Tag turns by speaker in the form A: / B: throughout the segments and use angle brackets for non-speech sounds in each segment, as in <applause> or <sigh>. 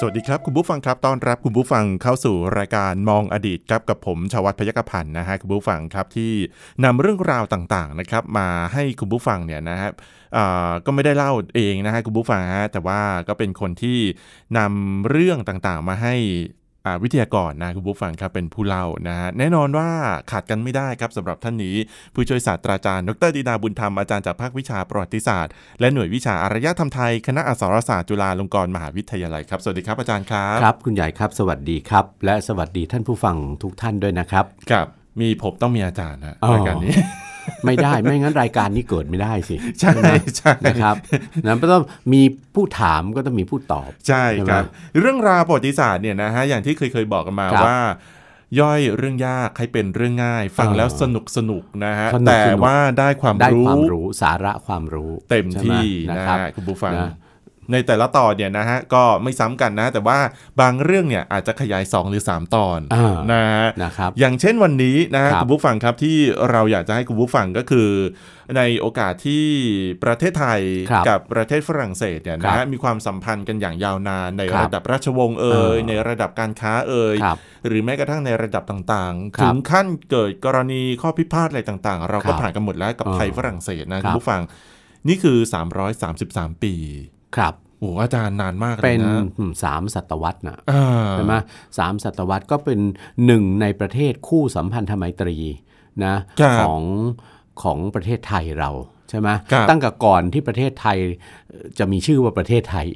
A: สวัสดีครับ คุณผู้ฟังครับต้อนรับคุณผู้ฟังเข้าสู่รายการมองอดีตครับกับผมชวัตพยกพันธ์นะฮะคุณผู้ฟังครับที่นำเรื่องราวต่างๆนะครับมาให้คุณผู้ฟังเนี่ยนะครับอ่าก็ไม่ได้เล่าเองนะฮะคุณผู้ฟังฮะแต่ว่าก็เป็นคนที่นำเรื่องต่างๆมาให้อ่าวิทยากรนะคุณผู้ฟังครับเป็นผู้เล่านะฮะแน่นอนว่าขาดกันไม่ได้ครับสำหรับท่านนี้ ผู้ช่วยศาสตราจารย์ดรดีนาบุญธรรมอาจารย์จากภาควิชาประวัติศาสตร์ และหน่วยวิชาอารยธรรมไทยคณะอักษรศาสตร์จุฬาลงกรณ์มหาวิทยาลัยครับสวัสดีครับอาจารย์ครับ
B: ครับคุณใหญ่ครับสวัสดีครับ และสวัสดีท่านผู้ฟังทุกท่านด้วยนะครับ <laughs>
A: ครับมีผมต้องมีอาจารย์นะ
B: อ๋อ
A: รายการนี้ <laughs>
B: ไม่ได้ ไม่งั้นรายการนี้เกิดไม่ได้สิ <laughs>
A: ใช่
B: ไหม
A: ใช่
B: นะครับนะก็ต้องมีผู้ถามก็ต้องมีผู้ตอบ
A: ใช่ครับ
B: ใช่ไห
A: เรื่องราวประวัติศาสตร์เนี่ยนะฮะอย่างที่เคยเคยบอกกันมา
B: ครับ
A: ว่า ย่อยเรื่องยากให้เป็นเรื่องง่าย ฟัง
B: เออ
A: แล้วสนุกสนุกนะฮะ
B: สนุก
A: แต่
B: สนุก
A: ว่าได้ความ
B: ได้
A: รู้
B: ความรู้สาระความรู้
A: เต็ม
B: ใช่ไห
A: ที่นะ
B: นะครับ
A: ฮะคุณผู้ฟัง
B: นะ
A: ในแต่ละตอนเนี่ยนะฮะก็ไม่ซ้ำกันนะ แต่ว่าบางเรื่องเนี่ยอาจจะขยาย 2 หรือ 3 ตอน
B: อ่า
A: นะฮะ
B: นะครับ
A: อย่างเช่นวันนี้นะฮะ
B: ครับ
A: คุณผู้ฟังครับที่เราอยากจะให้คุณผู้ฟังก็คือ ในโอกาสที่ประเทศไทย
B: ครับ
A: กับประเทศฝรั่งเศสเนี่ยนะ
B: ครั
A: ฮะ
B: บ
A: มีความสัมพันธ์กันอย่างยาวนานใน
B: ครับ
A: ระดับราชวงศ์เอ่
B: เอย อ
A: ในระดับการค้าเอ่ย
B: ครับ
A: หรือแม้กระทั่งในระดับต่าง
B: ค
A: ๆ
B: รับ
A: ถึงขั้นเกิดกรณีข้อพิพาทอะไรต่างๆ เราก็
B: ครับ
A: ผ่านกันหมดแล้วกับ
B: เออ
A: ไทยฝรั่งเศสนะ
B: ค
A: คุ
B: รับ
A: ณผู้ฟังนี่คือ 333 ปี
B: ครับ
A: โอ้โหอาจารย์นานมากเล
B: เป็
A: ย
B: น
A: นะ
B: อืมสามศตวรรษนะ
A: อ่า
B: ใช่ไหมสามศตวรรษก็เป็นหนึ่งในประเทศคู่สัมพันธไมตรีนะครับ ของของประเทศไทยเราใช่ไหม
A: ครับ
B: ตั้งแต่ก่อนที่ประเทศไทยเอ่อจะมีชื่อว่าประเทศไทย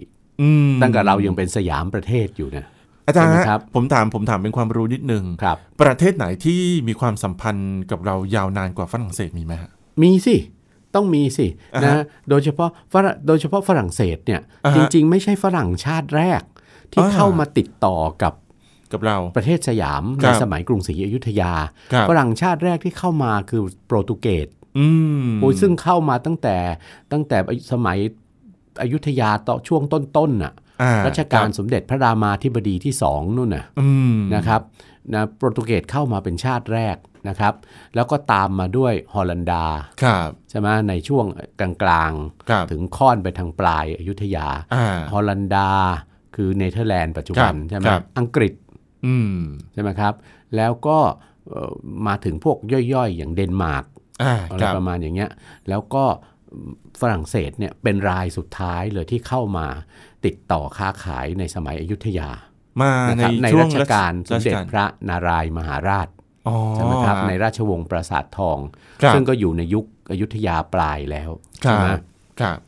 A: อืม
B: ตั้งแต่เรายังเป็นสยามประเทศอยู่นะ
A: อาจารย์
B: ใช่ไหม
A: ฮะ
B: ครับ
A: ผมถามผมถามเป็นความรู้นิดนึง
B: ครับ
A: ประเทศไหนที่มีความสัมพันธ์กับเรายาวนานกว่าฝรั่งเศสมีไหมฮะ
B: มีสิ ต้องมีสิ
A: อ่าฮะ
B: นะโดยเฉพาะฝรั่งโดยเฉพาะฝรั่งเศสเนี่ย
A: อ่าฮะ
B: จริงๆ ไม่ใช่ฝรั่งชาติแรก ที่
A: อ่า
B: เข้ามาติดต่อกับ
A: กับเรา
B: ประเทศสยาม
A: ค
B: ใน
A: รับ
B: สมัยกรุงศรีอยุธยา
A: ครับ
B: ฝรั่งชาติแรกที่เข้ามาคือโปรตุเกส
A: อืม
B: โอ้ยซึ่งเข้ามาตั้งแต่ตั้งแต่สมัยอยุธยาต่อช่วงต้นๆน่ะ
A: อ่
B: รัชกา
A: ค
B: ล
A: บ
B: สมเด็จพระรามาธิบดีที่สองนู่นน่ะ
A: อืม
B: นะครับนะโปรตุเกสเข้ามาเป็นชาติแรกนะครับ แล้วก็ตามมาด้วยฮอลันดา
A: ครับ
B: ใช่ไหมในช่วงกลาง
A: ครับ
B: ๆ ถึงค่อนไปทางปลายอยุธยา
A: อ่า
B: ฮอลันดาคือเนเธอร์แลนด์ปัจจุบัน
A: ครับ
B: ใช่ไหม
A: ครับ
B: อังกฤษ
A: อืม
B: ใช่ไหมครับ แล้วก็เอ่อมาถึงพวกย่อยๆ อย่างเดนมาร์ก
A: อ่า
B: อะไร
A: ครับ
B: ประมาณอย่างเงี้ยแล้วก็ฝรั่งเศสเนี่ยเป็นรายสุดท้ายเลยที่เข้ามาติดต่อค้าขายในสมัยอยุธยา
A: มาใน
B: นะครับใน
A: ช่ว
B: รั
A: ง
B: ชกาลสมเด็จ
A: รัชกาล
B: พระนารายณ์มหาราช
A: อ๋อ
B: ใช่ไหมครับในราชวงศ์ปราสาททอง
A: ครับ
B: ซึ่งก็อยู่ในยุคอยุธยาปลายแล้ว
A: ค
B: ใช่
A: รั
B: ไหม
A: บครับ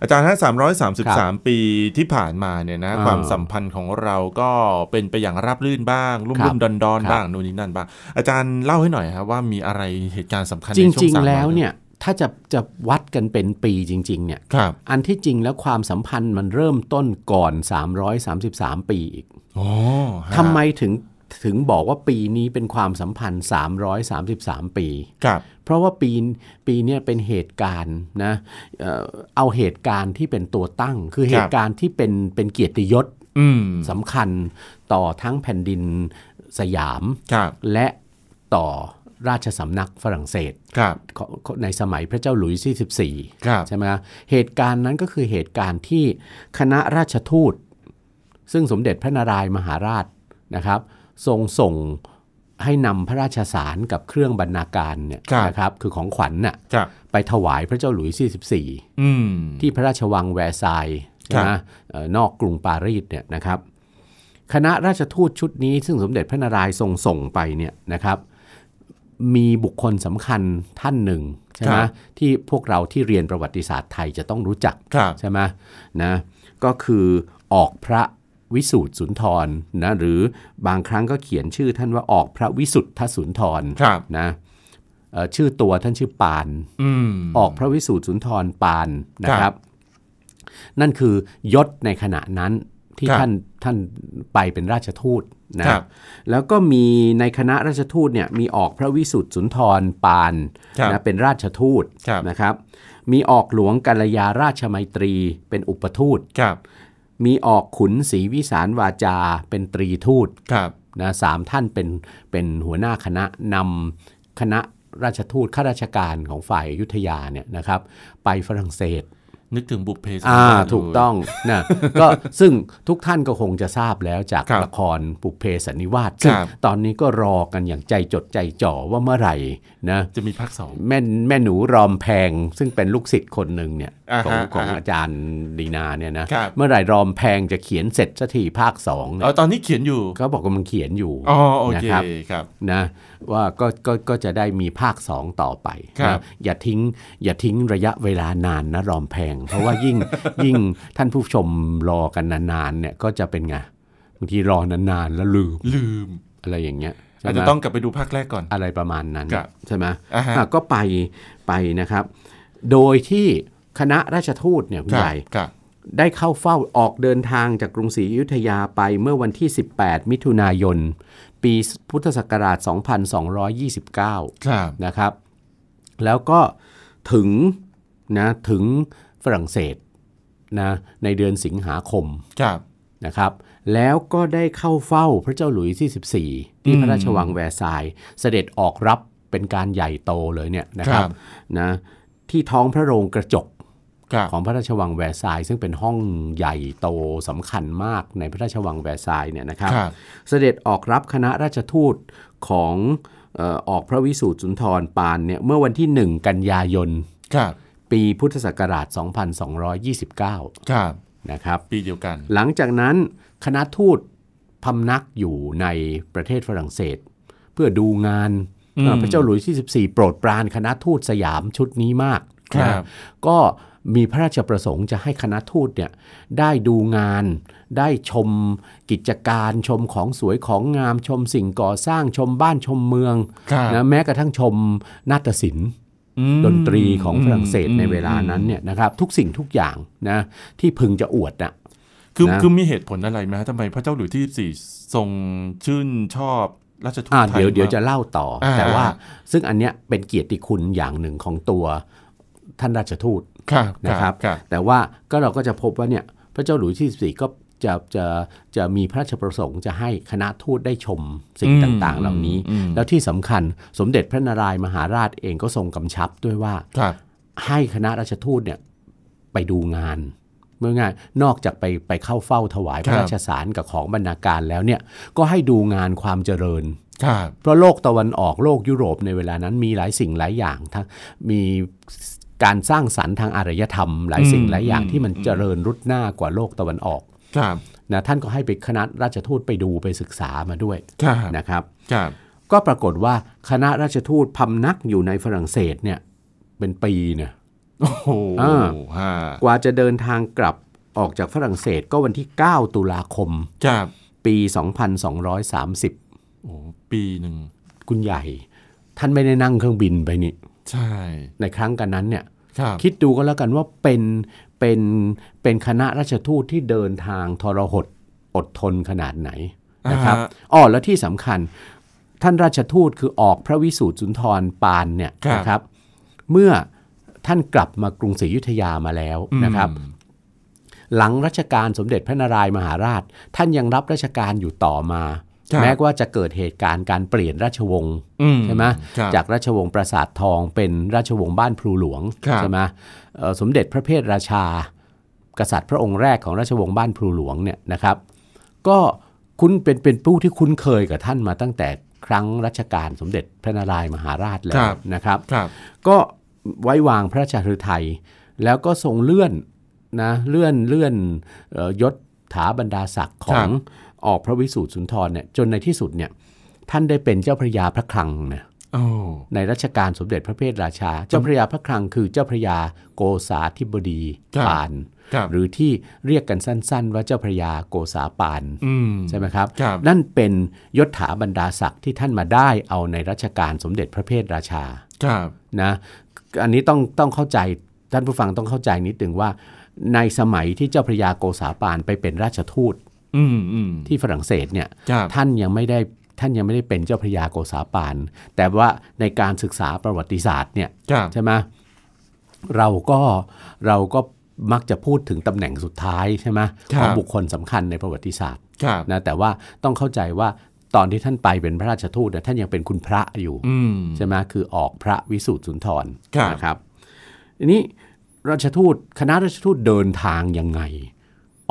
A: อาจารย์ฮะสามร้อยสามสิบ
B: ครั
A: สาม
B: บ
A: ปีที่ผ่านมาเนี่ยนะ
B: อ่า
A: ความสัมพันธ์ของเราก็เป็นไปอย่างราบรื่นบ้าง รุ่ม
B: ครั
A: รุ่
B: บ
A: มดอนดอน
B: ครับ
A: บ้างนู่นนี่นั่นบ้างอาจารย์เล่าให้หน่อยครับว่ามีอะไรเหตุการณ์สำคัญ
B: จ
A: ในช่วง
B: ริง
A: สามร้
B: ๆ
A: อ
B: แล้วเนี่ยถ้าจะจะวัดกันเป็นปีจริง ๆ เนี่ย
A: ครับ
B: อันที่จริงแล้วความสัมพันธ์มันเริ่มต้นก่อน 333 ปีอีก
A: โอ้ฮะ
B: ทำไมถึงถึงบอกว่าปีนี้เป็นความสัมพันธ์ 333 ปี
A: ครับ
B: เพราะว่าปีปีเนี้เป็นเหตุการณ์นะเอ่อเอาเหตุการณ์ที่เป็นตัวตั้ง คือเห
A: ครั
B: ตุ
A: บ
B: การณ์ที่เป็นเป็นเกียรติยศ
A: อืม
B: สำคัญต่อทั้งแผ่นดินสยาม
A: ครับ
B: และต่อราชสำนักฝรั่งเศส
A: ครับ
B: ของของในสมัยพระเจ้าหลุยส์ที่
A: ครับ
B: 14ใช่ไหมฮะเหตุการณ์นั้นก็คือเหตุการณ์ที่คณะราชทูต ซึ่งสมเด็จพระนารายณ์มหาราชนะครับ ทรงส่งให้นำพระราชสารกับเครื่องบรรณาการเนี่ย
A: ครับ
B: นะครับคือของขวัญน่ะ
A: ครับ
B: ไปถวายพระเจ้าหลุยส์ที่14
A: อืม
B: ที่พระราชวังแวร์ซายน์ใช่ไหม
A: ครับ
B: เอ่อนอกกรุงปารีสเนี่ยนะครับ คณะราชทูตชุดนี้ซึ่งสมเด็จพระนารายณ์ทรงส่งไปเนี่ยนะครับ มีบุคคลสำคัญท่านหนึ่งใช่ไหมที่พวกเราที่เรียนประวัติศาสตร์ไทยจะต้องรู้จัก
A: ครับ
B: ใช่ไหมนะก็คือออกพระวิสูตรสุนทรนะหรือบางครั้งก็เขียนชื่อท่านว่าออกพระวิสุทธสุนทร
A: ครับ
B: นะเอ่อชื่อตัวท่านชื่อปาน
A: อืม
B: ออกพระวิสูตรสุนทรปานนะ
A: ค
B: ค
A: รั
B: รับ บ นั่นคือยศในขณะนั้นที่ท่านท่านไปเป็นราชทูต นะครับ แล้วก็มีในคณะราชทูตเนี่ยมีออกพระวิสุทธิ์สุนทรปาน
A: ครับ
B: นะเป็นราชทูต
A: ครับ
B: นะครับ มีออกหลวงกัลยาราชไมัยตรีเป็นอุปทูต
A: ครับ
B: มีออกขุนศรีวิสารวาจาเป็นตรีทูต
A: ครับ
B: นะสามท่านเป็นเป็นหัวหน้าคณะนำคณะราชทูตข้าราชการของฝ่ายอยุธยาเนี่ยนะครับ ไปฝรั่งเศส
A: นึกถึงบุพเพสันนิ
B: อ่าว
A: าส
B: ถูกต้องนะ <laughs> ก็ซึ่งทุกท่านก็คงจะทราบแล้วจาก
A: ครับ
B: ละครปุพเพสันนิวาสซึ่ง
A: ครับ
B: ตอนนี้ก็รอกันอย่างใจจดใจจ่อว่าเมื่อไหร่นะ
A: จะมีภาคสอง
B: แม่แม่หนูรอมแพง ซึ่งเป็นลูกศิษย์คนหนึ่งเนี่ย
A: อ่า
B: ของ
A: ฮะ
B: ของ
A: อ่าฮะ
B: อาจารย์ดีนาเนี่ยนะครับ เมื่อไหร่รอมแพงจะเขียนเสร็จสักทีภาคสอง
A: เอ
B: เนี่ย
A: อตอนนี้เขียนอยู่
B: เขาบอกว่ามันเขียนอยู่
A: อ๋อโอเค
B: นะครับ
A: ครับ
B: นะว่าก็ก็ก็จะได้มีภาค 2 ต่อไป
A: ครับ
B: นะอย่าทิ้งอย่าทิ้งระยะเวลานานนะรอมแพง เพราะว่ายิ่ง
A: <laughs>
B: ยิ่งท่านผู้ชมรอกันนานๆเนี่ยก็จะเป็นไงบางทีรอนานๆแล้วลืม
A: ลืม
B: อะไรอย่างเงี้ยใช่ไหม
A: อาจจะต้องกลับไปดูภาคแรกก่อน
B: อะไรประมาณนั้น
A: ครับ
B: ใช่ไหม
A: อ่าฮะ
B: อ่ะก็ไปไปนะครับ โดยที่คณะราชทูตเนี่ยคุณ
A: ครับ
B: ใหญ่
A: ครับ
B: ได้เข้าเฝ้าออกเดินทางจากกรุงศรีอยุธยาไปเมื่อวันที่ 18 มิถุนายน ปีพุทธศักราช 2229
A: ครับ
B: นะครับ แล้วก็ถึงนะถึงฝรั่งเศสนะในเดือนสิงหาคม
A: ครับ
B: นะครับ แล้วก็ได้เข้าเฝ้าพระเจ้าหลุยส์ที่ 14 ที่พระราชวังแวร์ซายน์เสด็จออกรับเป็นการใหญ่โตเลยเนี่ยนะค
A: ค
B: รั
A: รับ บ
B: นะที่ท้องพระโรงกระจก
A: ครับ
B: ของพระราชวังแวร์ซายน์ซึ่งเป็นห้องใหญ่โตสำคัญมากในพระราชวังแวร์ซายน์เนี่ยนะครับ
A: ครับ
B: เสด็จออกรับคณะราชทูตของเอ่อออกพระวิสูตรสุนทรปานเนี่ยเมื่อวันที่ 1 กันยายน
A: ครับ
B: ปีพุทธศักราช 2229
A: ครับ
B: นะครับ
A: ปีเดียวกัน
B: หลังจากนั้นคณะทูตพำนักอยู่ในประเทศฝรั่งเศส เพื่อดูงาน
A: อืม
B: เอ่อพระเจ้าหลุยส์ที่ 14 โปรดปรานคณะทูตสยามชุดนี้มาก
A: ครับ
B: นะก็มีพระราชประสงค์จะให้คณะทูตเนี่ยได้ดูงาน ได้ชมกิจการชมของสวยของงามชมสิ่งก่อสร้างชมบ้านชมเมือง
A: ครับ
B: นะแม้กระทั่งชมนาฏศิลป์
A: อืม
B: ดนตรีของฝรั่งเศส
A: อืม
B: ในเวลานั้นเนี่ยนะครับทุกสิ่งทุกอย่างนะที่พึงจะอวดนะ
A: คือ
B: นะ
A: คือมีเหตุผลอะไรไหมฮะทำไมพระเจ้าหลุยส์ที่สี่ทรงชื่นชอบราชทูต
B: อ่า
A: ไทย
B: เดี๋ยวเดี๋ยว
A: มาก
B: จะเล่าต่ออา แต่ว่าซึ่งอันเนี้ยเป็นเกียรติคุณอย่างหนึ่งของตัวท่านราชทูต
A: ครับ
B: นะครับ
A: ครับ
B: แต่ว่าก็เราก็จะพบว่าเนี่ยพระเจ้าหลุยส์ที่สี่ก็จะจะจะมีพระราชประสงค์จะให้คณะทูตได้ชมสิ่ง
A: อืม
B: ต่างๆ เหล่านี้
A: อืม
B: แล้วที่สำคัญสมเด็จพระนารายณ์มหาราชเองก็ทรงกำชับด้วยว่า
A: ครับ
B: ให้คณะราชทูตเนี่ยไปดูงาน เมื่อไงายนอกจากไปไปเข้าเฝ้าถวายพ
A: ค
B: ระ
A: รับ
B: ราชสารกับของบรรณาการแล้วเนี่ยก็ให้ดูงานความเจริญ
A: ครับ
B: เพราะโลกตะวันออกโลกยุโรปในเวลานั้นมีหลายสิ่งหลายอย่างทั้งมีการสร้างสรรค์ทางอารยธรรม หลายสิ่ง
A: อืม
B: หลายอย่าง
A: อืม
B: ที่มันเจริญรุดหน้ากว่าโลกตะวันออก
A: ครับ
B: นะท่านก็ให้ไปคณะราชทูตไปดูไปศึกษามาด้วย
A: ครับ
B: นะครับ
A: ครับ
B: ก็ปรากฏว่าคณะราชทูตพำนักอยู่ในฝรั่งเศสเนี่ยเป็นปีเนี่ย
A: โอ้โห
B: อ่า
A: ฮะ
B: กว่าจะเดินทางกลับออกจากฝรั่งเศสก็วันที่ 9 ตุลาคม
A: ครับ
B: ปี 2230
A: โอ้โหปีหนึ่ง
B: คุณใหญ่ ท่านไม่ได้นั่งเครื่องบินไปนี่
A: ใช่
B: ในครั้งกันนั้นเนี่ย
A: ครับ
B: คิดดูก็แล้วกันว่าเป็นเป็นเป็นคณะราชทูตที่เดินทางทรหดอดทนขนาดไหนนะครับอ๋อแล้วที่สำคัญ ท่านราชทูตคือออกพระวิสูตรสุนทรปานเนี่ยนะครับ เมื่อท่านกลับมากรุงศรีอยุธยามาแล้ว
A: อืม
B: นะครับ หลังรัชกาลสมเด็จพระนารายมหาราช ท่านยังรับราชการอยู่ต่อมา
A: ครับ
B: แม้ว่าจะเกิดเหตุการณ์การเปลี่ยนราชวงศ์
A: อื
B: ใช่ไหม
A: ครับ
B: จากราชวงศ์ปราสาททองเป็นราชวงศ์บ้านพลูหลวง
A: ครับ
B: ใช่ไหมเอ่อสมเด็จพระเพทราชา กษัตริย์พระองค์แรกของราชวงศ์บ้านพลูหลวงเนี่ยนะครับ ก็คุ้นเป็นเป็นผู้ที่คุ้นเคยกับท่านมาตั้งแต่ครั้งรัชกาลสมเด็จพระนารายมหาราชแล้
A: คว รับ
B: นะครับ
A: ครับ
B: ก็ไว้วางพระราชาฤทัยแล้วก็ทรงเลื่อนนะเลื่อนเลื่อนเอ่อยศถาบรรดาศักดิ์ของออกพระวิสูตรสุนทรเนี่ยจนในที่สุดเนี่ยท่านได้เป็นเจ้าพระยาพระคลังนะ
A: โอ้
B: ในรัชกาลสมเด็จพระเพทราชา เจ้าพระยาพระคลังคือเจ้าพระยาโกษาธิบดี
A: ครับ
B: ปาน
A: ครับ
B: หรือที่เรียกกันสั้น ๆ ว่าเจ้าพระยาโกษาปาน
A: อืม
B: ใช่ไหมครับ
A: ครับ
B: นั่นเป็นยศถาบรรดาศักดิ์ที่ท่านมาได้เอาในรัชกาลสมเด็จพระเพทราชา
A: ครับ
B: นะอันนี้ต้องต้องเข้าใจท่านผู้ฟังต้องเข้าใจนิดหนึ่งว่า ในสมัยที่เจ้าพระยาโกษาปานไปเป็นราชทูต
A: อืมอืม
B: ที่ฝรั่งเศสเนี่ย
A: ครับ
B: ท่านยังไม่ได้ท่านยังไม่ได้เป็นเจ้าพระยาโกษาปาน แต่ว่าในการศึกษาประวัติศาสตร์เนี่ย
A: ครับ
B: ใช่ไหมเราก็เราก็มักจะพูดถึงตำแหน่งสุดท้ายใช่ไหมของบุคคลสำคัญในประวัติศาสตร์
A: ครับ
B: นะแต่ว่าต้องเข้าใจว่าตอนที่ท่านไปเป็นพระราชทูตเนี่ยท่านยังเป็นคุณพระอยู่
A: อืม
B: ใช่ไหมคือออกพระวิสูตรสุนทร
A: ครับ
B: นะครับทีนี้ราชทูตคณะราชทูตเดินทางยังไง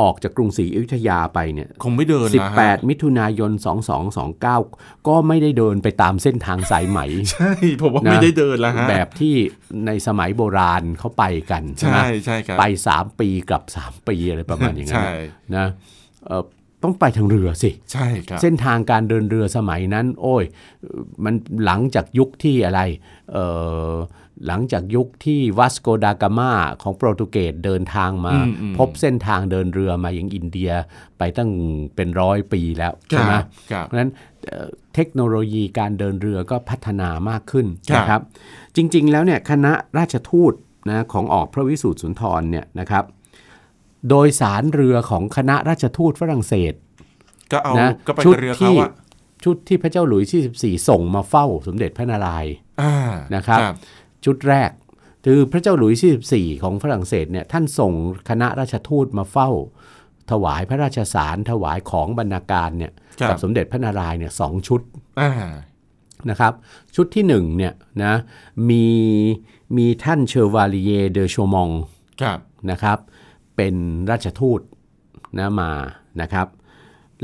B: ออกจากกรุงศรีอยุธยาไปเนี่ย
A: คงไม่เดินนะฮะ
B: 18 มิถุนายน 2229 ก็ไม่ได้เดินไปตามเส้นทางสายไหม
A: ใช่ <laughs> ผมว่า
B: นะ
A: ไม่ได้เดินแล้วฮะ
B: แบบที่ในสมัยโบราณเขาไปกันใช่ไหม
A: ใช่ใช่ครับ
B: ไป 3 ปีกลับ 3 ปีอะไรประมาณอย่างนั้น
A: ใช่
B: นะเอ่อต้องไปทางเรือสิ
A: ใช่ครับ
B: เส้นทางการเดินเรือสมัยนั้น โอ้ยเอ่อมันหลังจากยุคที่อะไรเอ่อหลังจากยุคที่วัสโกดากามาของโปรตุเกสเดินทางมา พบเส้นทางเดินเรือมาอย่างอินเดียไปตั้งเป็นร้อยปีแล้ว
A: ค
B: ใช่
A: รั
B: ไหม
A: บครับ
B: เพราะฉะนั้นเอ่อเทคโนโลยีการเดินเรือก็พัฒนามากขึ้น
A: ครับ
B: นะครับ จริงๆแล้วเนี่ยคณะราชทูตนะของออกพระวิสูตรสุนทรเนี่ยนะครับ โดยสารเรือของคณะราชทูตฝรั่งเศส
A: ก็เอา
B: นะ
A: ก็ไป
B: ชุด
A: กับเรือเขา
B: ที่
A: อะ
B: ชุดที่พระเจ้าหลุยส์ที่14 ส่งมาเฝ้าสมเด็จพระนารายณ์
A: อ่า
B: นะครับ ชุดแรก คือพระเจ้าหลุยส์ที่14 ของฝรั่งเศสเนี่ยท่านส่งคณะราชทูตมาเฝ้า ถวายพระราชสารถวายของบรรณาการเนี่ย
A: ครับ
B: กับสมเด็จพระนารายณ์เนี่ยสองชุด
A: อ่า
B: นะครับชุดที่หนึ่งเนี่ยนะมีมีท่านเชอร์วาลีเยเดอโชมอง
A: ครับ
B: นะครับเป็นราชทูตนะมานะครับ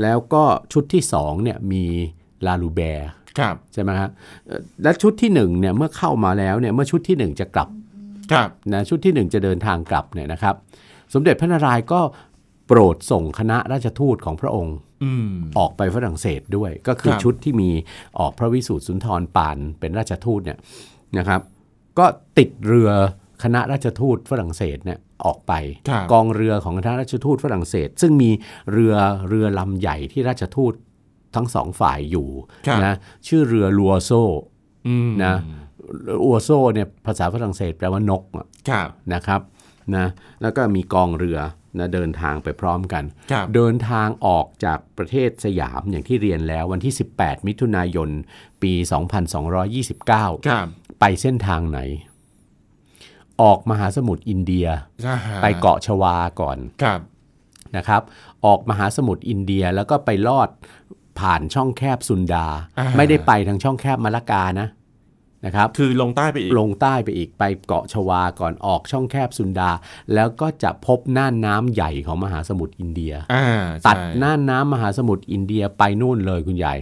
B: แล้วก็ชุดที่สองเนี่ยมีลาลูแบร์
A: ครับ
B: ใช่ไหมครับเอ่อและชุดที่หนึ่งเนี่ยเมื่อเข้ามาแล้วเนี่ยเมื่อชุดที่หนึ่งจะกลับ
A: ครับ
B: นะชุดที่หนึ่งจะเดินทางกลับเนี่ยนะครับ สมเด็จพระนารายณ์ก็โปรดส่งคณะราชทูตของพระองค์
A: อืม
B: ออกไปฝรั่งเศสด้วย ก็คือ
A: ครับ
B: ชุดที่มีออกพระวิสูตรสุนทรปานเป็นราชทูตเนี่ยนะครับ ก็ติดเรือคณะราชทูตฝรั่งเศสเนี่ยออกไป
A: ครับ
B: กองเรือของคณะราชทูตฝรั่งเศส ซึ่งมีเรือเรือลำใหญ่ที่ราชทูตทั้งสองฝ่ายอยู่
A: ครับ
B: นะชื่อเรือลัวโซ
A: อืม
B: นะลัวโซเนี่ยภาษาฝรั่งเศสแปลว่านกอะ
A: ครับ
B: นะครับนะแล้วก็มีกองเรือนะเดินทางไปพร้อมกัน
A: ครับ
B: เดินทางออกจากประเทศสยามอย่างที่เรียนแล้ววันที่ 18 มิถุนายน ปี 2229
A: ครับ
B: ไปเส้นทางไหน ออกมหาสมุทรอินเดีย
A: ใช่
B: ไปเกาะชวาก่อน
A: ครับ
B: นะครับ ออกมหาสมุทรอินเดียแล้วก็ไปลอดผ่านช่องแคบสุนดา
A: อ่า
B: ไม่ได้ไปทางช่องแคบมาละกานะนะครับ
A: คือลงใต้ไปอีก
B: ลงใต้ไปอีกไปเกาะชวาก่อนออกช่องแคบสุนดา แล้วก็จะพบน่านน้ำใหญ่ของมหาสมุทรอินเดีย
A: อ่า
B: ตัด
A: ใช่
B: น่านน้ำมหาสมุทรอินเดียไปนู่นเลยคุณใหญ่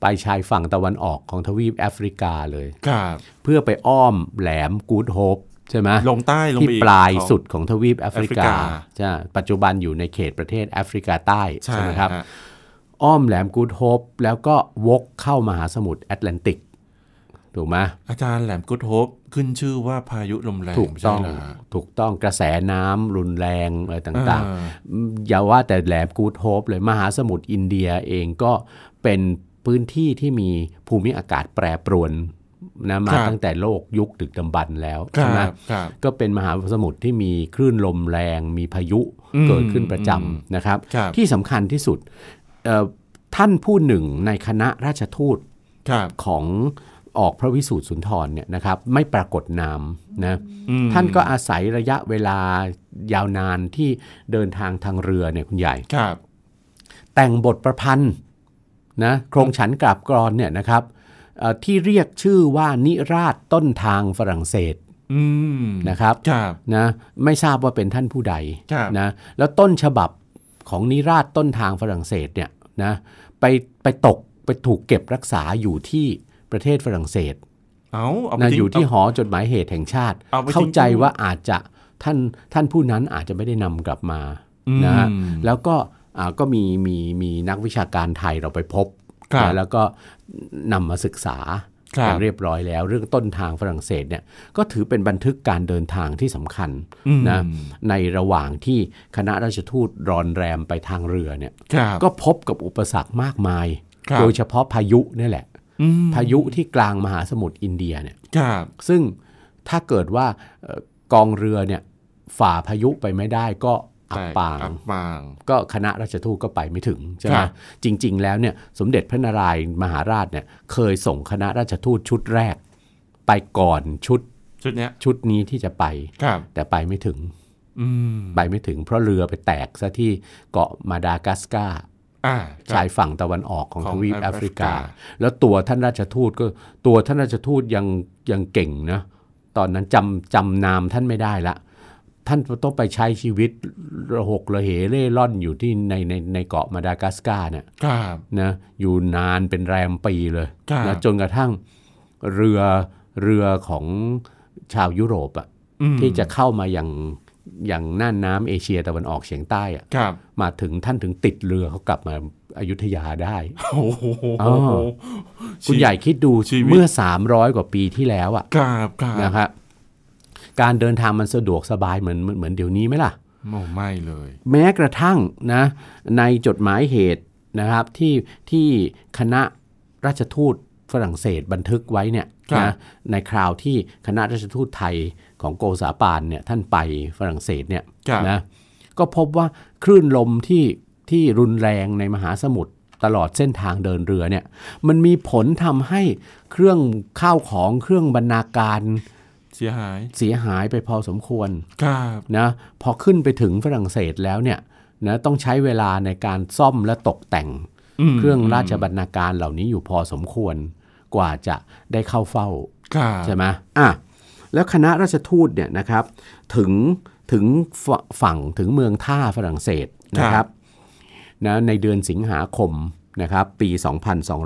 B: ไปชายฝั่งตะวันออกของทวีปแอฟริกาเลย
A: ครับ
B: เพื่อไปอ้อมแหลมกูดโฮปใช่ไหม
A: ลงใต้ลง
B: ที่
A: ไปอีก
B: ปลาย
A: ของ
B: สุดของทวีปแอฟริ
A: แอฟ
B: กาก
A: ริา
B: ใช่ปัจจุบันอยู่ในเขตประเทศแอฟริกาใต้
A: ใช่
B: ใช่ไหมครับ
A: ฮะ
B: อ้อมแหลมกูดโฮปแล้วก็วกเข้ามหาสมุทรแอตแลนติก ถูกไหม
A: อาจารย์แหลมกุดโฮปขึ้นชื่อว่าพายุลมแรง
B: ถูกต้อง
A: ใช่ไหมฮะ
B: ถูกต้องกระแสน้ำรุนแรงอะไรต่างๆ
A: อ่
B: อืมอย่าว่าแต่แหลมกูดโฮปเลยมหาสมุทรอินเดียเองก็เป็นพื้นที่ที่มีภูมิอากาศแปรปรวนนะมาตั้งแต่โลกยุคดึกดำบรรพ์แล้ว
A: ค
B: ใช่ไหม
A: รับครับ
B: ก็เป็นมหาสมุทรที่มีคลื่นลมแรง มีพายุ
A: อืม
B: เกิดขึ้นประจ
A: อืม
B: ำนะครับ
A: ครับ
B: ที่สำคัญที่สุดเอ่อท่านผู้หนึ่งในคณะราชทูต
A: ครับ
B: ของออกพระวิสูตรสุนทรเนี่ยนะครับ ไม่ปรากฏนามนะ
A: อืม
B: ท่านก็อาศัยระยะเวลายาวนานที่เดินทางทางเรือเนี่ยคุณใหญ่
A: ครับ
B: แต่งบทประพันธ์นะโครงฉันกราบกรอนเนี่ยนะครับเอ่อที่เรียกชื่อว่านิราชต้นทางฝรั่งเศส
A: อืม
B: นะครับ
A: ครับ
B: นะไม่ทราบว่าเป็นท่านผู้ใด
A: ครับ
B: นะแล้วต้นฉบับของนิราชต้นทางฝรั่งเศสเนี่ยนะไปไปตกไปถูกเก็บรักษาอยู่ที่ประเทศฝรั่งเศส
A: เอาเอาไป
B: นะ
A: ทิ้ง
B: อยู่ที่
A: เา
B: หอจดหมายเหตุแห่งชาติ
A: เอาไปทิ้ง
B: เข้าใจว่าอาจจะท่านท่านผู้นั้นอาจจะไม่ได้นำกลับมานะฮะ
A: อืม
B: แล้วก็อ่าก็มีมีมีนักวิชาการไทยเราไปพบ
A: ครับ
B: นะแล้วก็นำมาศึกษา
A: ครับ
B: กันเรียบร้อยแล้ว เรื่องต้นทางฝรั่งเศสเนี่ยก็ถือเป็นบันทึกการเดินทางที่สำคัญ
A: อืม
B: นะในระหว่างที่คณะราชทูตรอนแรมไปทางเรือเนี่ย
A: ครับ
B: ก็พบกับอุปสรรคมากมาย
A: ครับ
B: โดยเฉพาะพายุเนี่ยแหละ
A: อืม
B: พายุที่กลางมหาสมุทรอินเดียเนี่ย
A: ครับ
B: ซึ่งถ้าเกิดว่าเอ่อกองเรือเนี่ยฝ่าพายุไปไม่ได้ก็ อั
A: แต
B: บ
A: ก
B: ปาง
A: อับปาง
B: ก็คณะราชทูตก็ไปไม่ถึงใช่ไห
A: ค
B: ม
A: รับ
B: จริง ๆ แล้วเนี่ยสมเด็จพระนารายณ์มหาราชเนี่ยเคยส่งคณะราชทูตชุดแรก ไปก่อนชุด
A: ชุดเนี้ย
B: ชุดนี้ที่จะไป
A: ครับ
B: แต่ไปไม่ถึง
A: อืม
B: ไปไม่ถึงเพราะเรือไปแตกซะที่เกาะมาดากัสการ์
A: อ่าครับ
B: ชายฝั่งตะวันออกของ
A: ของ
B: ทวีป
A: แอ
B: แอ
A: ฟ
B: ฟ
A: ริ
B: ริ
A: กา
B: กา แล้วตัวท่านราชทูตก็ตัวท่านราชทูตยังยังเก่งนะตอนนั้นจำจำนามท่านไม่ได้ละ ท่านต้องไปใช้ชีวิตระหกระเหเร่ร่อนอยู่ที่ในในในเกาะมาดากัสการ์เนี่ย
A: ครับ
B: นะอยู่นานเป็นแรมปีเลย
A: ครับ
B: นะจนกระทั่งเรือเรือของชาวยุโรปอะ
A: อืม
B: ที่จะเข้ามาอย่างอย่างน่านน้ำเอเชียตะวันออกเฉียงใต้อะ
A: ครับ
B: มาถึงท่านถึงติดเรือเขากลับมาอายุทยาได้
A: <laughs> โอ้โห
B: อ้าว คุณใหญ่คิดดู
A: ชีวิต
B: เมื่อ 300 กว่าปีที่แล้วอะ
A: ครับครับ
B: นะครับการเดินทางมันสะดวกสบายเหมือนเหมือนเหมือนเดี๋ยวนี้ไหมล่ะ
A: โอ้ไม่เลย
B: แม้กระทั่งนะในจดหมายเหตุนะครับที่ที่คณะราชทูตฝรั่งเศสบันทึกไว้เนี่ยนะในคราวที่คณะราชทูตไทยของโกษาปานเนี่ยท่านไปฝรั่งเศสเนี่ย
A: ครับ
B: นะก็พบว่าคลื่นลมที่ที่รุนแรงในมหาสมุทรตลอดเส้นทางเดินเรือเนี่ยมันมีผลทำให้เครื่องข้าวของเครื่องบรรณาการ
A: เสียหาย
B: เสียหายไปพอสมควร
A: ครับ
B: นะพอขึ้นไปถึงฝรั่งเศสแล้วเนี่ยนะต้องใช้เวลาในการซ่อมและตกแต่ง
A: ม
B: เครื่องราชบรรณาการเหล่านี้อยู่พอสมควรกว่าจะได้เข้าเฝ้า
A: ครับ
B: ใช่ไหมอ่ะ แล้วคณะราชทูตเนี่ยนะครับ ถึง ถึงฝฝั่งถึงเมืองท่าฝรั่งเศสนะครับนะในเดือนสิงหาคมนะครับ ปี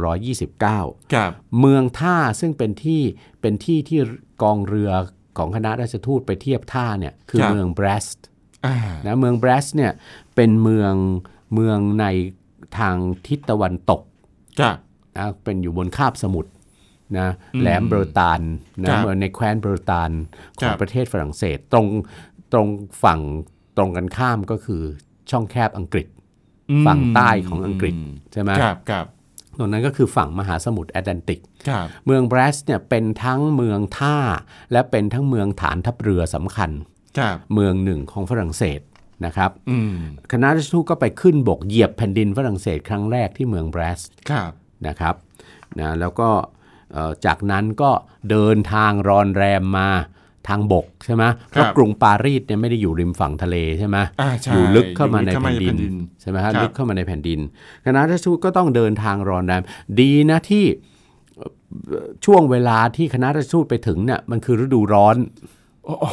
B: 2229
A: ครับ
B: เมืองท่าซึ่งเป็นที่ เป็นที่ที่กองเรือของคณะราชทูตไปเทียบท่าเนี่ย คือเมืองเบรสต์
A: อ่า
B: นะเมืองเบรสต์เนี่ย เป็นเมือง เมืองในทางทิศตะวันตก
A: ครับ
B: นะเป็นอยู่บนคาบสมุทรนะ
A: อืม
B: แหลมเบอร์ตาน
A: ครั
B: นะ
A: บ
B: ในแคว้นเบอร์ตานข
A: ครั
B: อง
A: บ
B: ประเทศฝรั่งเศสตรงตรงฝั่งตรงกันข้ามก็คือช่องแคบอังกฤษ
A: อืม
B: ฝั่งใต้ของอังกฤษ ใช่ไหม
A: ครับครับ
B: ตรงนั้นก็คือฝั่งมหาสมุทรแอตแลนติก
A: ครับ
B: เมืองแบรสเนี่ยเป็นทั้งเมืองท่า และเป็นทั้งเมืองฐานทัพเรือสำคัญ
A: ครับ
B: เมืองหนึ่งของฝรั่งเศสนะครับ
A: อืม
B: คณะราชทูตก็ไปขึ้นบกเหยียบแผ่นดินฝรั่งเศสครั้งแรกที่เมืองแบรส
A: ครับ
B: นะครับนะแล้วก็เอ่อจากนั้นก็เดินทางรอนแรมมาทางบกใช่ไหมเพราะกรุงปารีสเนี่ยไม่ได้อยู่ริมฝั่งทะเลใช่ไหม
A: อ่าใช่
B: อยู่ลึกเข้ามาใน
A: อยู่
B: แผ่น
A: ลึก
B: ดิ
A: เข้
B: น
A: น
B: ใช่ไหมฮะ
A: ครับ
B: ลึกเข้ามาในแผ่นดินคณะราชทูตก็ต้องเดินทางรอนแรมดีนะที่เอ่อช่วงเวลาที่คณะราชทูตไปถึงเนี่ยมันคือฤดูร้อน
A: โอ้โห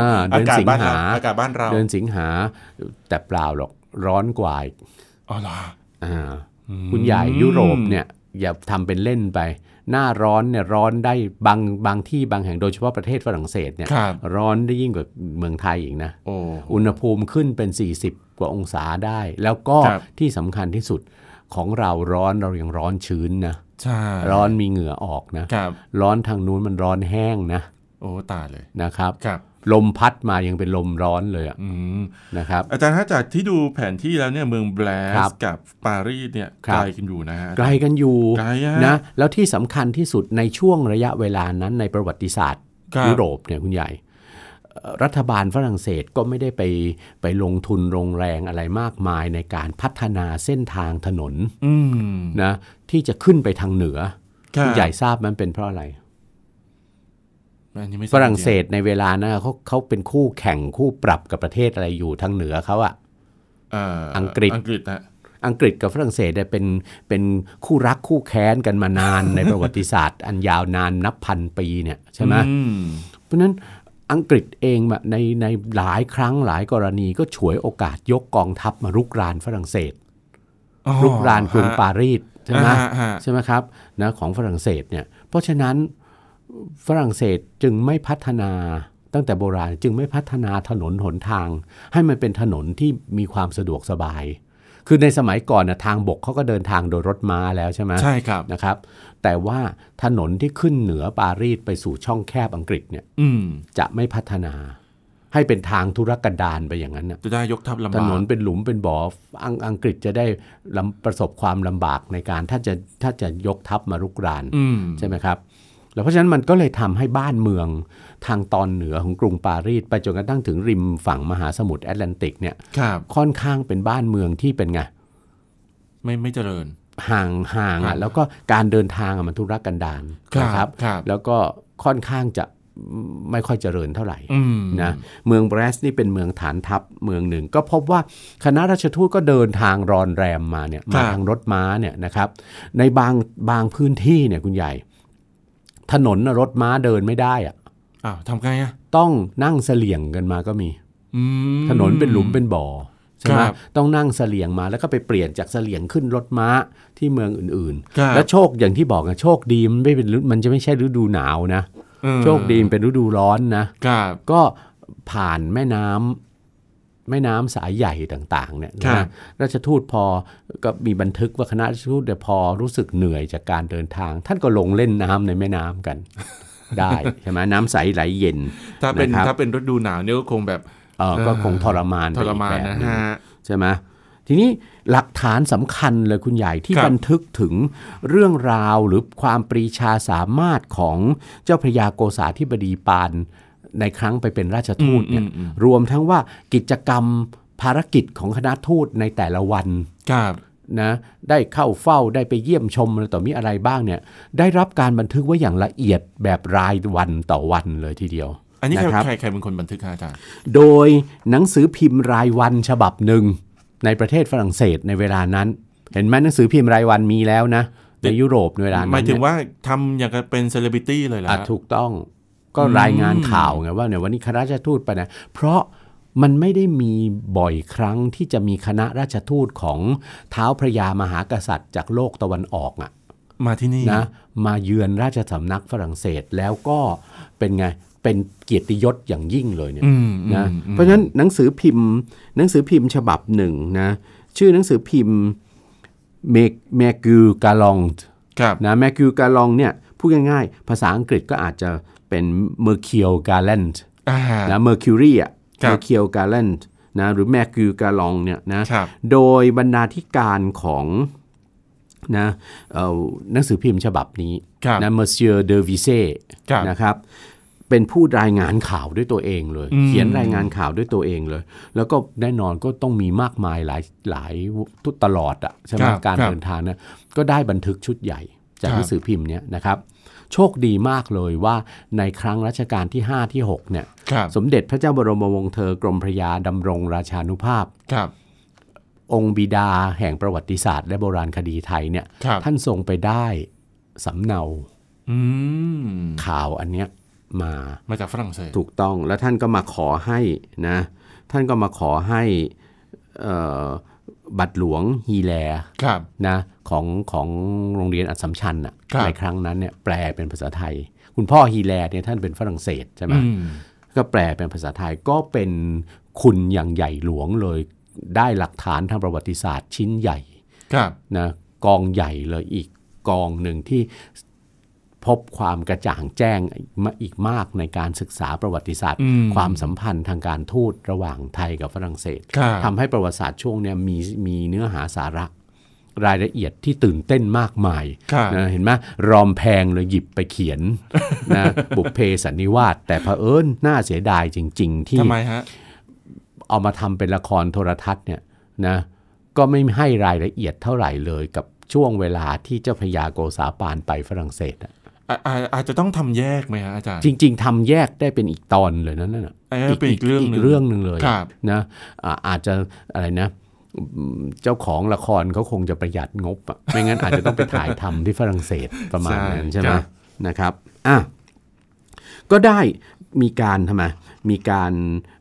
B: อ่า
A: อา
B: เดือน
A: กาศ
B: สิง
A: บ้านเรา
B: หา
A: อากาศบ้านเรา
B: เดือนสิงหาแต่เปล่าหรอกร้อนกว่าอีก
A: อ๋อเหรอ
B: อ่า คุณใหญ่ยุโรปเนี่ยอย่าทำเป็นเล่นไป หน้าร้อนเนี่ยร้อนได้บางบางที่บางแห่งโดยเฉพาะประเทศฝรั่งเศสเนี่ย
A: ครับ
B: ร้อนได้ยิ่งกว่าเมืองไทยอีกนะ
A: โอ้
B: อุณหภูมิขึ้นเป็น 40 กว่าองศาได้ แล้วก็
A: ครับ
B: ที่สำคัญที่สุดของเราร้อนเรายังร้อนชื้นนะ
A: ใช่
B: ร้อนมีเหงื่อออกนะ
A: ครับ
B: ร้อนทางนู้นมันร้อนแห้งนะ
A: โอ้ตายเลย
B: นะครับ
A: ครับ
B: ลมพัดมายังเป็นลมร้อนเลยอะ
A: อืม
B: นะครับ
A: อาจารย์ฮะจากที่ดูแผนที่แล้วเนี่ยเมืองแบล
B: ครั
A: ส
B: บ
A: กับปารีสเนี่ย
B: ครั
A: ไก
B: บ
A: ลกันอยู่นะฮะ
B: ไกลกันอยู่
A: ไกลอ
B: นะแล้วที่สำคัญที่สุดในช่วงระยะเวลานั้นในประวัติศาสตร์
A: คบ
B: ยุโรปเนี่ยคุณใหญ่เอ่อรัฐบาลฝรั่งเศสก็ไม่ได้ไปไปลงทุนลงแรงอะไรมากมายในการพัฒนาเส้นทางถนน
A: อืม
B: นะที่จะขึ้นไปทางเหนือ
A: ครับ
B: คุณใหญ่ทราบมันเป็นเพราะอะไร
A: อันนี้ไม่
B: ฝรั่งเศสในเวลานะเขาเขาเป็นคู่แข่งคู่ปรับกับประเทศอะไรอยู่ทางเหนือเขาอะ
A: เอ่ออั
B: งกฤษ
A: อังกฤษนะ
B: อังกฤษกับฝรั่งเศสเนี่ยเป็นเป็นคู่รักคู่แค้นกันมานาน ในประวัติศาสตร์ อันยาวนานนับพันปีเนี่ยใช่ไหม
A: อืม
B: เพราะฉะนั้นอังกฤษเองแบบในในหลายครั้งหลายกรณีก็ฉวยโอกาสยกกองทัพมารุกรานฝรั่งเศส
A: อ๋อ
B: รุกรานกรุงปารีสใช่ไหม
A: อ่าฮะฮะ
B: ใช่ไหมครับนะของฝรั่งเศสเนี่ยเพราะฉะนั้นฝรั่งเศสจึงไม่พัฒนาตั้งแต่โบราณจึงไม่พัฒนาถนนหนทาง ให้มันเป็นถนนที่มีความสะดวกสบาย คือในสมัยก่อนนะทางบกเขาก็เดินทางโดยรถม้าแล้วใช่ไหม
A: ใช่ครับ
B: นะครับ แต่ว่าถนนที่ขึ้นเหนือปารีสไปสู่ช่องแคบอังกฤษเนี่ย
A: อืม
B: จะไม่พัฒนา ให้เป็นทางธุรกันดารไปอย่างนั้นนะ
A: จะได้ยกทัพลำ
B: ถ
A: บาก
B: นนเป็นหลุมเป็นบ่ออังอังกฤษจะได้ลำประสบความลำบากในการถ้าจะถ้าจะยกทัพมารุกราน
A: อืม
B: ใช่ไหมครับ แล้วเพราะฉะนั้นมันก็เลยทำให้บ้านเมืองทางตอนเหนือของกรุงปารีสไปจนกระทั่งถึงริมฝั่งมหาสมุทรแอตแลนติกเนี่ย
A: ครับ
B: ค่อนข้างเป็นบ้านเมืองที่เป็นไง
A: ไม่ไม่เจริญ
B: ห่างห่าง
A: ครั
B: อ่ะ
A: บ
B: แล้วก็การเดินทางอ่ะมันทุรกันดารนะครับ
A: ครับ
B: แล้วก็ค่อนข้างจะไม่ค่อยเจริญเท่าไหร่
A: อืม
B: นะเมืองแบรสนี่เป็นเมืองฐานทัพเมืองหนึ่ง ก็พบว่าคณะราชทูตก็เดินทางรอนแรมมาเนี่ยมาทางรถม้าเนี่ยนะครับ ในบางบางพื้นที่เนี่ยคุณใหญ่ ถนนน่ะรถม้าเดินไม่ได้อะ
A: อ้าวทำไงอ่ะ
B: ต้องนั่งเสลี่ยงกันมาก็มี
A: อืม
B: ถนนเป็นหลุมเป็นบ่อใช่ไหม
A: ครับ
B: ต้องนั่งเสลียงมาแล้วก็ไปเปลี่ยนจากเสลียงขึ้นรถม้าที่เมืองอื่น
A: ครับ
B: ๆ แล้วโชคอย่างที่บอกอะโชคดีมันไม่เป็นฤมันจะไม่ใช่ฤดูหนาวนะ
A: อืม
B: โชคดีมันเป็นฤดูร้อนนะครับ ก็ผ่านแม่น้ำแม่น้ำสายใหญ่ต่างๆเนี่ย
A: ครับ
B: นะราชทูตพอก็มีบันทึกว่าคณะราชทูตเนี่ยพอรู้สึกเหนื่อยจากการเดินทาง ท่านก็ลงเล่นน้ำในแม่น้ำกัน ได้ใช่ไหมน้ำใสไหลเย็น
A: ถ้าเป็น
B: นะครับ
A: ถ้าเป็นฤดูหนาวเนี่ยก็คงแบบ
B: เออ
A: เออ
B: ก็คงทรมาน
A: ท
B: ไป
A: ร
B: อีก
A: มาน
B: แบบ
A: นะ
B: หง
A: ฮะ
B: ใช่ไหมทีนี้หลักฐานสำคัญเลยคุณใหญ่ที่
A: ครับ
B: บันทึกถึงเรื่องราวหรือความปรีชาสามารถของเจ้าพระยาโกษาธิบดีปานในครั้งไปเป็นราชทูตเนี่ย
A: อืมอืมอืม
B: รวมทั้งว่ากิจกรรมภารกิจของคณะทูตในแต่ละวัน
A: ครับ
B: นะได้เข้าเฝ้าได้ไปเยี่ยมชมอะไรต่อมีอะไรบ้างเนี่ยได้รับการบันทึกไว้อย่างละเอียดแบบรายวันต่อวันเลยทีเดียว
A: อันนี้ใคร
B: นะครับ
A: ใครใครเป็นคนบันทึกคะอาจารย์
B: โดยหนังสือพิมพ์รายวันฉบับหนึ่งในประเทศฝรั่งเศสในเวลานั้น เห็นไหมหนังสือพิมพ์รายวันมีแล้วนะ ในยุโรปในเวลานั้น
A: หมายถึง
B: เนี่
A: ว่าทำอย่างกับเป็นเซเลบริตี้เลยล่ะ
B: อ่ะถูกต้องก็รายงานข่าวไงว่าเนี่ยวันนี้คณะราชทูตไปนะ เพราะมันไม่ได้มีบ่อยครั้งที่จะมีคณะราชทูตของเท้าวพระยามหากษัตริย์ จากโลกตะวันออกอ่ะ
A: มาที่นี่
B: นะมาเยือนราชสำนักฝรั่งเศสแล้วก็เป็นไงเป็นเกียรติยศอย่างยิ่งเลยเนี่ย
A: อืม
B: นะ
A: อืมอืม
B: เพราะฉะนั้นหนังสือพิมพ์หนังสือพิมพ์ฉบับหนึ่งนะชื่อหนังสือพิมพ์เมกแมกิวกาลอง
A: ครับ
B: นะแมกิวกาลองเนี่ยพูดง่ายๆ ภาษาอังกฤษก็อาจจะเป็นเมอร์คิวกาแลนต์
A: อ่า
B: นะเมอร์คิวรีอะ
A: ครั
B: เม
A: บ
B: อร์คิวกาแลนต์นะหรือแมกิวกาลองเนี่ยนะ
A: ครับ
B: โดยบรรณาธิการของนะเอ่อหนังสือพิมพ์ฉบับนี้
A: ครับ
B: นะมเซียเดอวิเซ่
A: ครับ
B: นะครับ เป็นผู้รายงานข่าวด้วยตัวเองเลย เขียนรายงานข่าวด้วยตัวเองเลย แล้วก็แน่นอนก็ต้องมีมากมายหลายหลายทุกตลอดอะใช่ไหม
A: ครับ
B: การ
A: ครับ
B: เดินทางนะก็ได้บันทึกชุดใหญ่ จา
A: ค
B: ก
A: รับ
B: หนังสือพิมพ์เนี่ยนะครับ โชคดีมากเลยว่าในครั้งรัชกาลที่ 5 ที่ 6 เนี่ย
A: ครับ
B: สมเด็จพระเจ้าบรมวงศ์เธอกรมพระยาดำรงราชานุภาพ
A: ครับ
B: องค์บิดาแห่งประวัติศาสตร์และโบราณคดีไทยเนี่ย
A: ครับ
B: ท่านทรงไปได้สำเนา
A: อืม
B: ข่าวอันเนี้ยมา
A: มาจากฝรั่งเศส
B: ถูกต้องแล้วท่านก็มาขอให้นะท่านก็มาขอให้เอ่อบัตรหลวงฮีแล
A: ครับ
B: นะของของโรงเรียนอัสสัมชัญน่ะ
A: ครับ
B: ในครั้งนั้นเนี่ยแปลเป็นภาษาไทย คุณพ่อฮีแลเนี่ยท่านเป็นฝรั่งเศสใช่ไหม
A: อืม
B: ก็แปลเป็นภาษาไทยก็เป็นคุณอย่างใหญ่หลวงเลยได้หลักฐานทางประวัติศาสตร์ชิ้นใหญ่
A: ครับ
B: นะกองใหญ่เลยอีกกองหนึ่งที่พบความกระจ่างแจ้งอีกมากในการศึกษาประวัติศาสตร์
A: อืม
B: ความสัมพันธ์ทางการทูตระหว่างไทยกับฝรั่งเศส
A: ครับ
B: ทำให้ประวัติศาสตร์ช่วงเนี้ยมีมีเนื้อหาสาระ รายละเอียดที่ตื่นเต้นมากมาย
A: ครับ
B: นะเห็นไหมรอมแพงเลยหยิบไปเขียน
A: <laughs>
B: นะบุพเพสันนิวาสแต่เผอิญน่าเสียดายจริง ๆ ที่
A: ทำไมฮะ
B: เอามาทำเป็นละครโทรทัศน์เนี่ยนะก็ไม่ให้รายละเอียดเท่าไหร่เลยกับช่วงเวลาที่เจ้าพระยาโกษาปานไปฝรั่งเศสอะ
A: อ่ะอ่ะอาจจะต้องทำแยกไหมฮะอาจารย์
B: จริง ๆทำแยกได้เป็นอีกตอนเลยนะนั่นน่ะ
A: เออเป็นอีกเรื่องหนึ่ง
B: เรื่องหนึ่งเลย
A: ครับ
B: นะอ่าอาจจะอะไรนะอืมเจ้าของละครเขาคงจะประหยัดงบอะไม่งั้นอาจจะต้องไปถ่ายทำที่ฝรั่งเศสประมาณนั้นใช่ไหม
A: ใช่ครับ
B: นะครับ อ่ะ ก็ได้มีการทำไม มีการ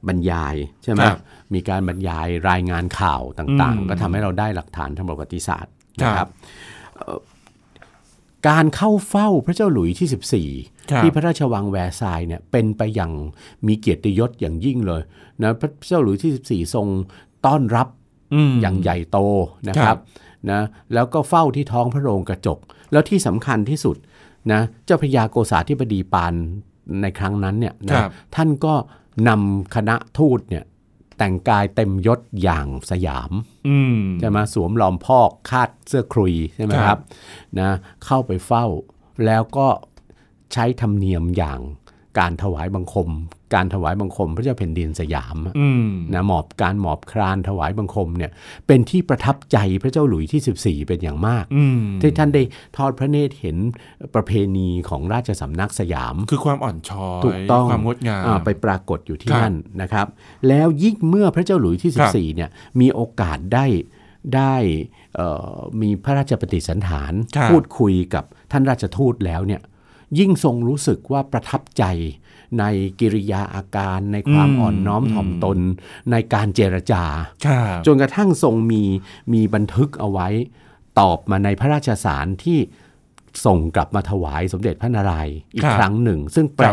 B: บรรยายใช่ไหม
A: ครับ
B: มีการบรรยายรายงานข่าวต่าง
A: อืม
B: ๆ ก็ทำให้เราได้หลักฐานทางประวัติศาสตร์
A: ครับ
B: นะครับเอ่อการเข้าเฝ้าพระเจ้าหลุยที่
A: ครับ
B: 14 ที่พระราชวังแวร์ไซายน์เนี่ยเป็นไปอย่างมีเกียรติยศอย่างยิ่งเลยนะพระเจ้าหลุยที่ 14 ทรงต้อนรับ
A: อืม
B: อย่างใหญ่โตนะค
A: ครั
B: รับบ นะแล้วก็เฝ้าที่ท้องพระโรงกระจก แล้วที่สำคัญที่สุดนะเจ้าพระยาโกษาธิบดีปานในครั้งนั้นเนี่ย
A: ค
B: นะ
A: รับ
B: ท่านก็นำคณะทูตเนี่ยแต่งกายเต็มยศอย่างสยาม
A: อืม
B: ใช่ไหมสวมลอมพอกคาดเสื้อคลุยใช่ไหม
A: ครับ
B: ครับนะเข้าไปเฝ้าแล้วก็ ใช้ธรรมเนียมอย่างการถวายบังคม การถวายบังคมพระเจ้าแผ่นดินสยามอะ
A: อืม
B: นะหมอบการหมอบครานถวายบังคมเนี่ยเป็นที่ประทับใจพระเจ้าหลุยที่ 14 เป็นอย่างมาก
A: อืม
B: ที่ท่านได้ทอดพระเนตรเห็นประเพณีของราชสำนักสยาม
A: คือความอ่อนช้อย
B: ถูกต้อง
A: ความงดงาม
B: อ่ไปปรากฏอยู่ที่
A: ครับ
B: นั่นนะครับ แล้วยิ่งเมื่อพระเจ้าหลุยส์ที่
A: ครับ
B: 14 เนี่ยมีโอกาสได้ได้เอ่อมีพระราชปฏิสันฐาน พูดคุยกับท่านราชทูตแล้วเนี่ยยิ่งทรงรู้สึกว่าประทับใจในกิริยาอาการในความอ่อนน้อมถ่อมตน ในการเจรจา
A: ครับ
B: จนกระทั่งทรงมีมีบันทึกเอาไว้ ตอบมาในพระราชสารที่ส่งกลับมาถวายสมเด็จพระนารายณ์อีกครั้งหนึ่ง ซึ่งแปล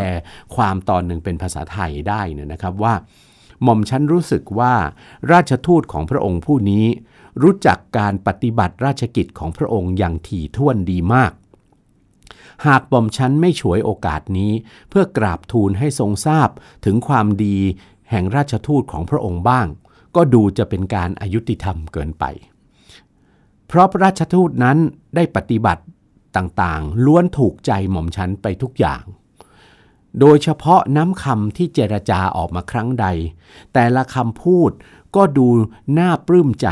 B: ความตอนหนึ่งเป็นภาษาไทยได้เนยนะครับว่า หม่อมฉันรู้สึกว่าราชทูตของพระองค์ผู้นี้ รู้จักการปฏิบัติราชกิจของพระองค์อย่างถี่ถ้วนดีมาก หากบ่อมชั้นไม่ฉวยโอกาสนี้ เพื่อกราบทูลให้ทรงทราบถึงความดีแห่งราชทูตของพระองค์บ้าง ก็ดูจะเป็นการอายุติธรรมเกินไป เพราะราชทูตนั้นได้ปฏิบัติต่างๆ ล้วนถูกใจหม่อมชั้นไปทุกอย่าง โดยเฉพาะน้ำคำที่เจรจาออกมาครั้งใด แต่ละคำพูดก็ดูน่าปลื้มใจ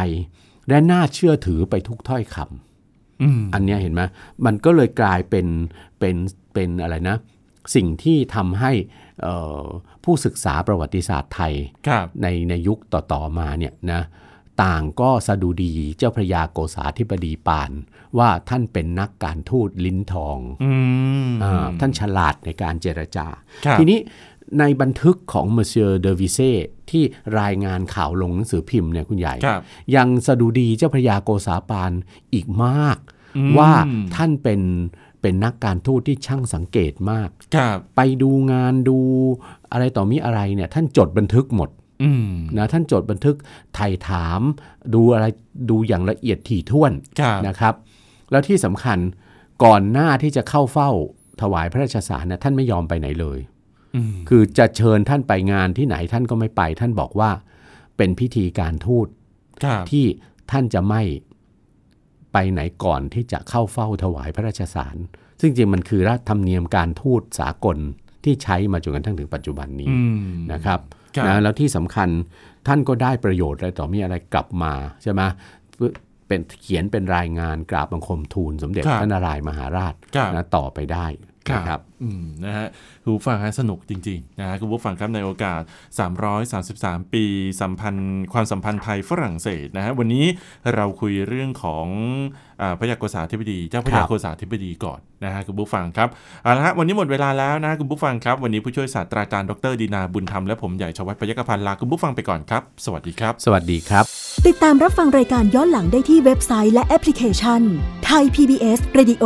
B: และน่าเชื่อถือไปทุกถ้อยคำ
A: อืม
B: อันเนี้ยเห็นไหมมันก็เลยกลายเป็นเป็นเป็นอะไรนะ สิ่งที่ทำให้เอ่อผู้ศึกษาประวัติศาสตร์ไทย
A: ครับ
B: ในในยุคต่อ ๆ มาเนี่ยนะต่างก็สะดุดีเจ้าพระยาโกษาธิบดีปาน ว่าท่านเป็นนักการทูตลิ้นทอง
A: อืม
B: อาท่านฉลาดในการเจรจา
A: ครับ
B: ทีนี้ในบันทึกของม o เ r เดอวิเซ่ที่รายงานข่าวลงหนังสือพิมพ์เนี่ยคุณใหญ่
A: ครับ
B: ยังสะดุดีเจ้าพระยาโกษาปานอีกมาก
A: อืม
B: ว่าท่านเป็นเป็นนักการทูตที่ช่างสังเกตมาก
A: ครับ
B: ไปดูงานดูอะไรต่อมีอะไรเนี่ยท่านจดบันทึกหมด
A: อืม
B: นะท่านจดบันทึกไถ่ถาม ดูอะไรดูอย่างละเอียดถี่ถ้วน
A: ครับ
B: นะครับ แล้วที่สำคัญก่อนหน้าที่จะเข้าเฝ้าถวายพระราชสารนะท่านไม่ยอมไปไหนเลย
A: อืม
B: คือจะเชิญท่านไปงานที่ไหนท่านก็ไม่ไป ท่านบอกว่าเป็นพิธีการทูต
A: ครับ
B: ที่ท่านจะไม่ไปไหนก่อนที่จะเข้าเฝ้าถวายพระราชสาร ซึ่งจริงมันคือรัฐธรรมเนียมการทูตสากลที่ใช้มาจนกระทั่งถึงปัจจุบันนี้
A: อืม
B: นะครับ
A: ครับ
B: นะแล้วที่สำคัญท่านก็ได้ประโยชน์อะไรต่อมีอะไรกลับมาใช่ไหมเป็นเขียนเป็นรายงานกราบบังคมทูลสมเด็จพระนารายณ์มหาราช
A: ครับ
B: นะต่อไปได้นะครับ
A: อืมนะฮะคุณผู้ฟังฮะสนุกจริงๆนะฮะคุณผู้ฟังครับในโอกาส 333 ปีสัมพันธ์ความสัมพันธ์ไทยฝรั่งเศสนะฮะวันนี้เราคุยเรื่องของอาพระยาโกษาธิบดี เจ้าพระยาโกษาธิบดีก่อนนะฮะคุณผู้ฟังครับเอาละฮะวันนี้หมดเวลาแล้วนะฮะคุณผู้ฟังครับ วันนี้ผู้ช่วยศาสตราจารย์ดรดีนาบุญธรรมและผมใหญ่ชวัฒน์พยัคฆพันธ์ลาคุณผู้ฟังไปก่อนครับ สวัสดีครับ
B: สวัสดีครับ
C: ติดตามรับฟังรายการย้อนหลังได้ที่เว็บไซต์และแอปพลิเคชันไทย PBS Radio